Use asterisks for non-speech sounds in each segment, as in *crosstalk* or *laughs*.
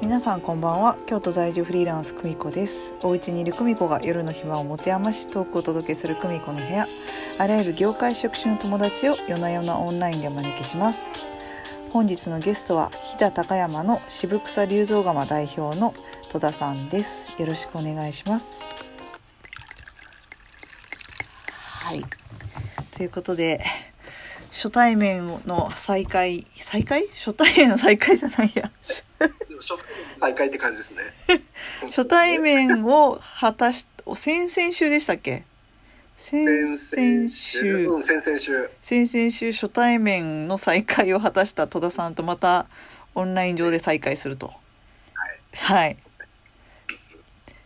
皆さんこんばんは京都在住フリーランス久美子ですお家にいる久美子が夜の暇を持て余しトークをお届けする久美子の部屋あらゆる業界職種の友達を夜な夜なオンラインでお招きします本日のゲストは飛騨高山の渋草龍蔵窯代表の戸田さんですよろしくお願いしますはいということで初対面の再会再会初対面の再会じゃないや。でも初対面再会って感じですね *laughs* 初対面を果たしお先々週でしたっけ先々週うん、先々週。先々週初対面の再会を果たした戸田さんとまたオンライン上で再会するとはい、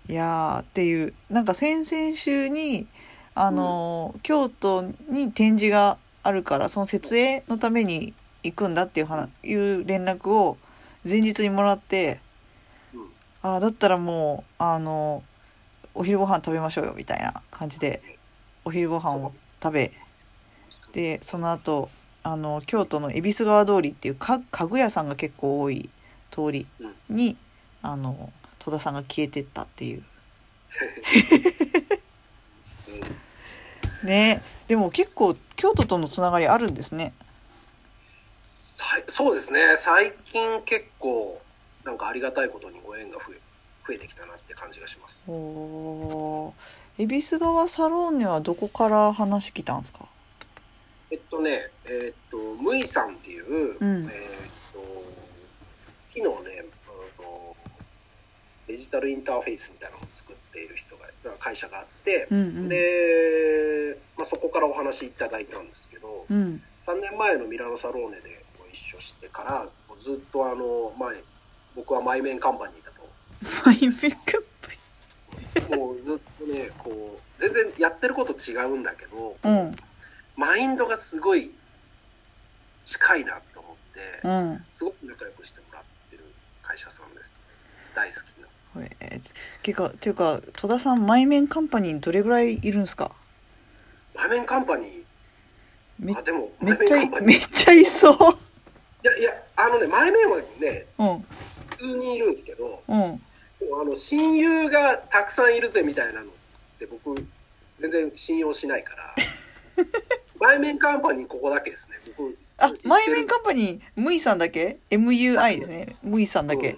い、やーっていうなんか先々週にあのー、京都に展示があるからその設営のために行くんだっていう話いう連絡を前日にもらってうんあーだったらもうあのお昼ご飯食べましょうよみたいな感じでお昼ご飯を食べでその後あの京都の恵比寿川通りっていうか家具屋さんが結構多い通りに、あの戸田さんが消えてったっていううんねでも結構京都とのつながりあるんですねさいそうですね。最近結構、なんかありがたいことにご縁が増え増えてきたなって感じがします。おー恵比寿川サロンにはどこから話来たんですかえっとね、えっと、むいさんっていう、うんえっと、昨日ね、うんとデジタルインターフェースみたいなのを作っている人が、なんか会社があって、うんうんで、まあ、そこからお話いただいたんですけど、うん3年前のミラノサローネでご一緒してからずっとあの前僕はマイメンカンパニーだマイメイクともうずっとねこう全然やってること違うんだけどうんマインドがすごい近いなと思ってうんすごく仲良くしてもらってる会社さんです大好きなえーてかていうか戸田さんマイメンカンパニーにどれぐらいいるんですかマイメンカンパニめーあでもめマっイメンちゃカいンパニーめっちゃいそういやいやあのねマイメンはねうん普通にいるんですけどうんでもあの親友がたくさんいるぜみたいなのって僕全然信用しないから *laughs* 前面カンパニーここだけですね僕あマイメンンカンパニームイさんだけ MUI ですねムイさんだけ、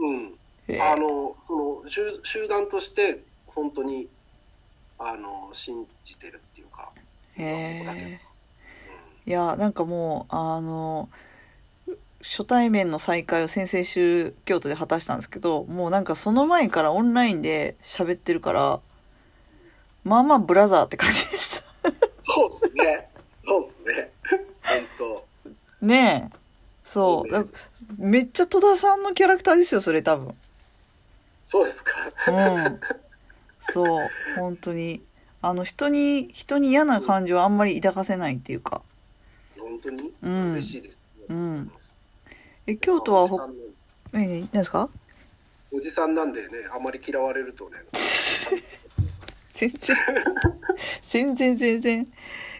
うん、へーあのその集集団として本当にあの信じてるっていうか、へここだけえいやなんかもうあの初対面の再会を先々週京都で果たしたんですけどもうなんかその前からオンラインで喋ってるからまあまあブラザーって感じでしたうん、そうです *laughs* ねそうですね本ねえそ当うだめっちゃ戸田さんのキャラクターですよそれ多分そうですかうんそう本当にあの人に人に嫌な感情をあんまり抱かせないっていうか本当にうん嬉しいです、うんえ京都はほ何何何ですかおじさんなんでねあんまり嫌われるとね全然全然全然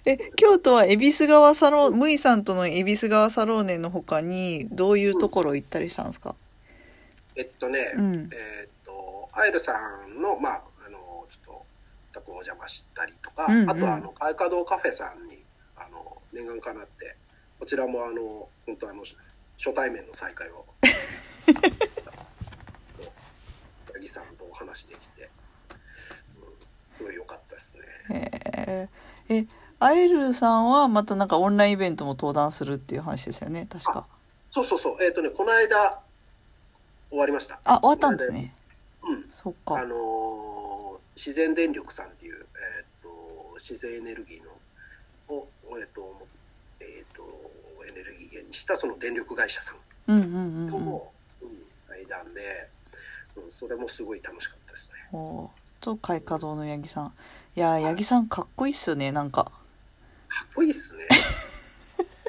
え京都は恵比寿川サロンムイさんとの恵比寿川サローネのほかにどういうところ行ったりしたんですかえっとね、うんえっとアイルさんの,、まあ、あのちょっと宅お邪魔したりとか、うんうんあとはあの開花堂カフェさんにあの念願かなってこちらもあの本当あの初対面の再 *laughs* 会を八木さんとお話できて、うん、すごい良かったですね。へーえアイルさんはまたなんかオンラインイベントも登壇するっていう話ですよね確かそうそうそうえっとねこの間終わりました。あ終わったんですねうんそっあかのー自然電力さんっていう、えー、と自然エネルギーのを、えーとえー、とエネルギー源にしたその電力会社さんうんうんうとんうんも、うん対談で、うん、それもすごい楽しかったですね。おーと開花堂の八木さんいやー八木さんかっこいいっすよねなんかかっこいいっすね。い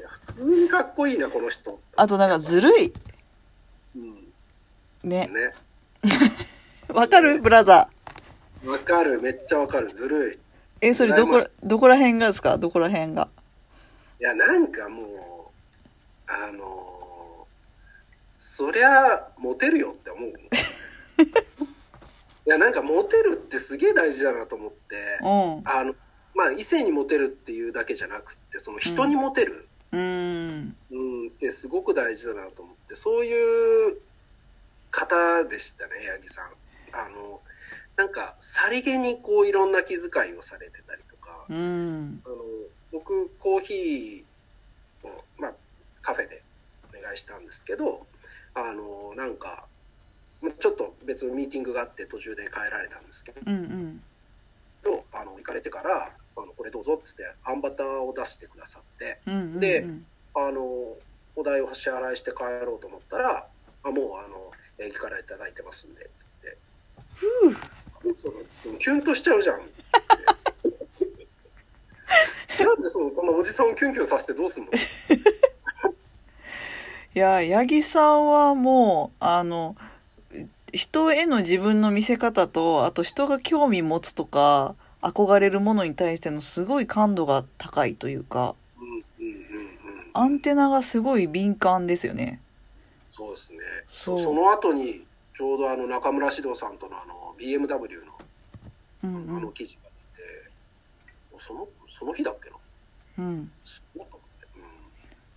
や普通にかっこいいなこの人。あとなんかずるいうん、ねねわかるブラザーわかるめっちゃわかるずるい。えそれど羨まこしいどこら辺がですかどこら辺がいやなんかもうあのーそりゃモテるよって思ういやなんかモテるってすげえ大事だなと思ってうんあのまあ異性にモテるっていうだけじゃなくってその人にモテる、うんうん、ってすごく大事だなと思ってそういう方でしたね八木さん。あのなんかさりげにこういろんな気遣いをされてたりとか、うんあの僕コーヒーを、まあ、カフェでお願いしたんですけどあのなんかちょっと別のミーティングがあって途中で帰られたんですけうんうんどあの行かれてから「あのこれどうぞ」っつってあんバターを出してくださって。うんうんでうんあのお代を支払いして帰ろうと思ったら「あもうあの駅からいただいてますんで」って言ってそのそのキュンとしちゃうじゃんって言ってなんでそのこのおじさんをキュンキュンさせてどうすんのいや八木さんはもうあの人への自分の見せ方とあと人が興味持つとか憧れるものに対してのすごい感度が高いというかうんうんうんうんアンテナがすごい敏感ですよね。そうですねそうその後にちょうどあの中村獅童さんとのあの BMW のうんあの記事が出て、そのその日だっけなうんうん。すごいと思って、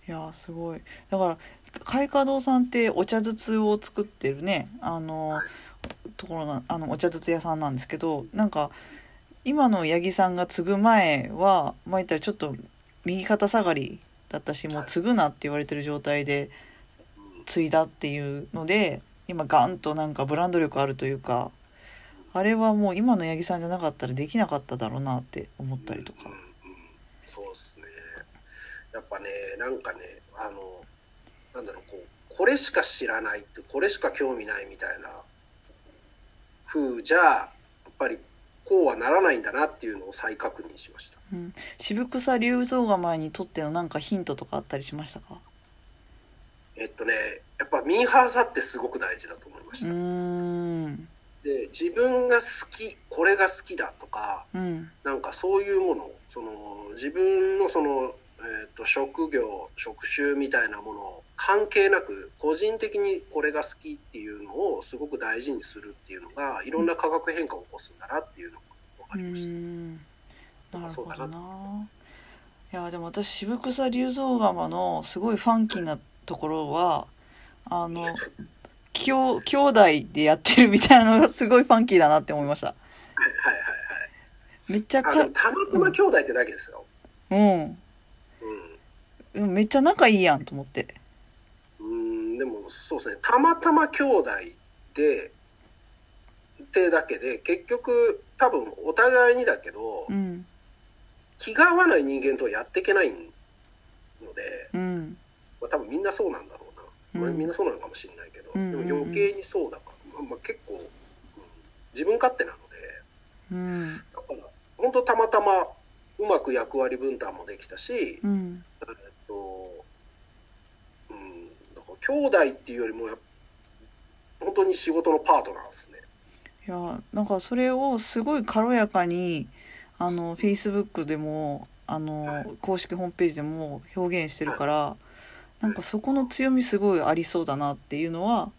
うんいやーすごい。だから開花堂さんってお茶筒を作ってるねあのところなあのお茶筒屋さんなんですけどなんか今の八木さんが継ぐ前はまあ言ったらちょっと右肩下がりだったしもう継ぐなって言われてる状態で継いだっていうので今ガンとなんかブランド力あるというかあれはもう今の八木さんじゃなかったらできなかっただろうなって思ったりとかうんうん。うんそうですねやっぱねなんかねあのなんだろうこうこれしか知らないってこれしか興味ないみたいな風じゃやっぱりこうはならないんだなっていうのを再確認しましたうん、渋草龍造が前にとってのなんかヒントとかあったりしましたかえっとねやっぱミーハーさってすごく大事だと思いましうた、ーんで自分が好きこれが好きだとかうんなんかそういうものその自分のその、えー、と職業職種みたいなものを関係なく個人的にこれが好きっていうのをすごく大事にするっていうのがいろんな化学変化を起こすんだなっていうのが分かうりました。んなるほそどうだないやでも私渋草龍造釜のすごいファンキーなところはあの兄兄弟でやってるみたいなのがすごいファンキーだなって思いましたはいはいめっちゃはいかはい。あのたまたま兄弟ってだけですよ。うんうんうんめっちゃ仲いいやんと思ってうんでもそうですねたまたま兄弟でってだけで結局多分お互いにだけどうん気が合わない人間とはやっていけないので。うんまあ、多分みんなそうなんだろうな、うん俺みんなそうなのかもしれないけど、うんうんうんでも余計にそうだから、まあまあ、結構、うん自分勝手なのでうんだから本当たまたまうまく役割分担もできたし、うんえっとうん、だから兄弟っていうよりもやっ本当に仕事のパートナーですね。いやなんかそれをすごい軽やかにあのフェイスブックでもあはのい公式ホームページでも表現してるからなんかそこの強みすごいありそうだなっていうのは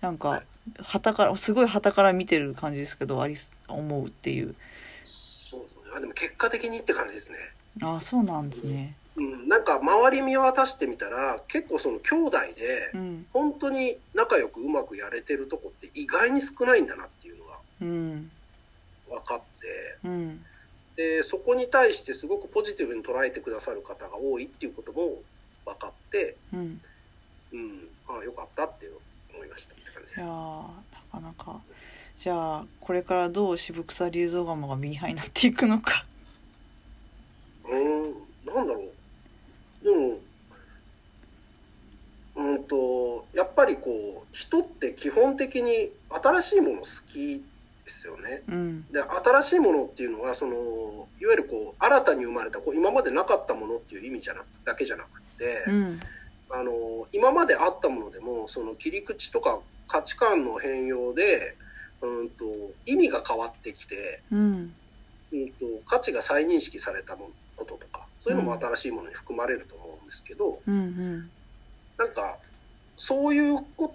なんはかい旗からすごい旗から見てる感じですけどあり思うっていうそうですねあでも結果的にって感じですね。ああそうなんですねうん、なんか周り見渡してみたら結構その兄弟でうん本当に仲良くうまくやれてるとこって意外に少ないんだなっていうのがうん分かっうんてでそこに対してすごくポジティブに捉えてくださる方が多いっていうことも分かって、うんうん、ああよかったって思いましたって感じいでやーす。なかなかじゃあこれからどう渋草龍造釜がミーハーになっていくのかうーんなんだろうでもうんとやっぱりこう人って基本的に新しいもの好きですよね。うんで新しいものっていうのはそのいわゆるこう新たに生まれたこう今までなかったものっていう意味じゃなくだけじゃなくて、うんあの今まであったものでもその切り口とか価値観の変容で、うん、と意味が変わってきて、うんうん、と価値が再認識されたものこととかそういうのも新しいものに含まれると思うんですけど、うんうんなんかそういうこ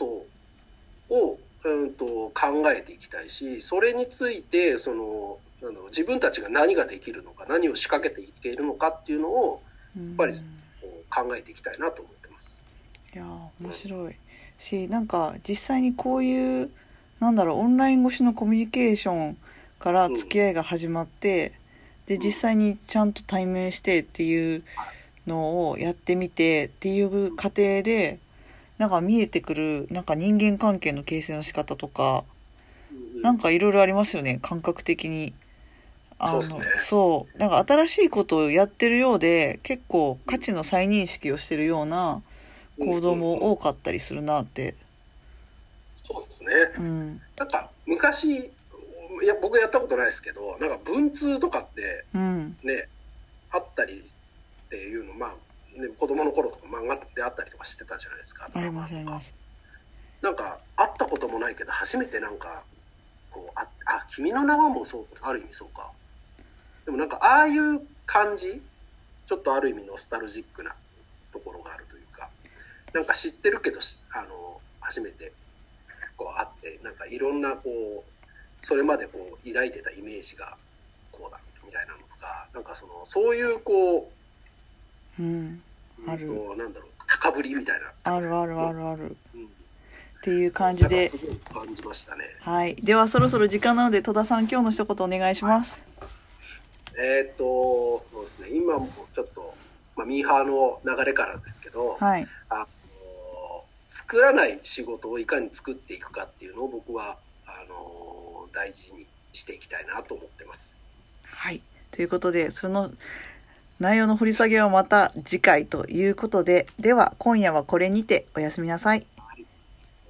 とを、うん、と考えていきたいしそれについてそのなんだろう自分たちが何ができるのか何を仕掛けていけるのかっていうのをやっぱりこう考えていきたいなと思ってます。いやー面白いしなんか実際にこういうなんだろうオンライン越しのコミュニケーションからうん付き合いが始まって、でん実際にちゃんと対面してっていうのをやってみてっていう過程でなんか見えてくるなんか人間関係の形成の仕方とかうんなんかいろいろありますよね感覚的に。あのそうっすねそうなんか新しいことをやってるようで結構価値の再認識をしてるような行動も多かったりするなって。そうですねうん。なんか昔いや僕やったことないですけどなんか文通とかってうん。ねあったりっていうのまあ、ね、子供の頃とか漫画であったりとかしてたじゃないですか。ありますあります。なんか会ったこともないけど初めてなんかこうああ君の名はもそうある意味そうかでもなんかああいう感じちょっとある意味ノスタルジックなところがあるというかなんか知ってるけどしあの初めてこう会ってなんかいろんなこうそれまでこう抱いてたイメージがこうだみたいなのとかなんかそのそういうこうん。うあるこうなんだろう高ぶりみたいな、あるあるあるある。うん、っていう感じでな。んかすごい感じましたね。はい。ではそろそろ時間なので戸田さん今日の一言お願いします。えーっとそうですね今もちょっと、まあ、ミーハーの流れからですけど、はい。あの作らない仕事をいかに作っていくかっていうのを僕はあの大事にしていきたいなと思ってます。はい。ということで、その内容の掘り下げはまた次回ということで、では今夜はこれにておやすみなさい。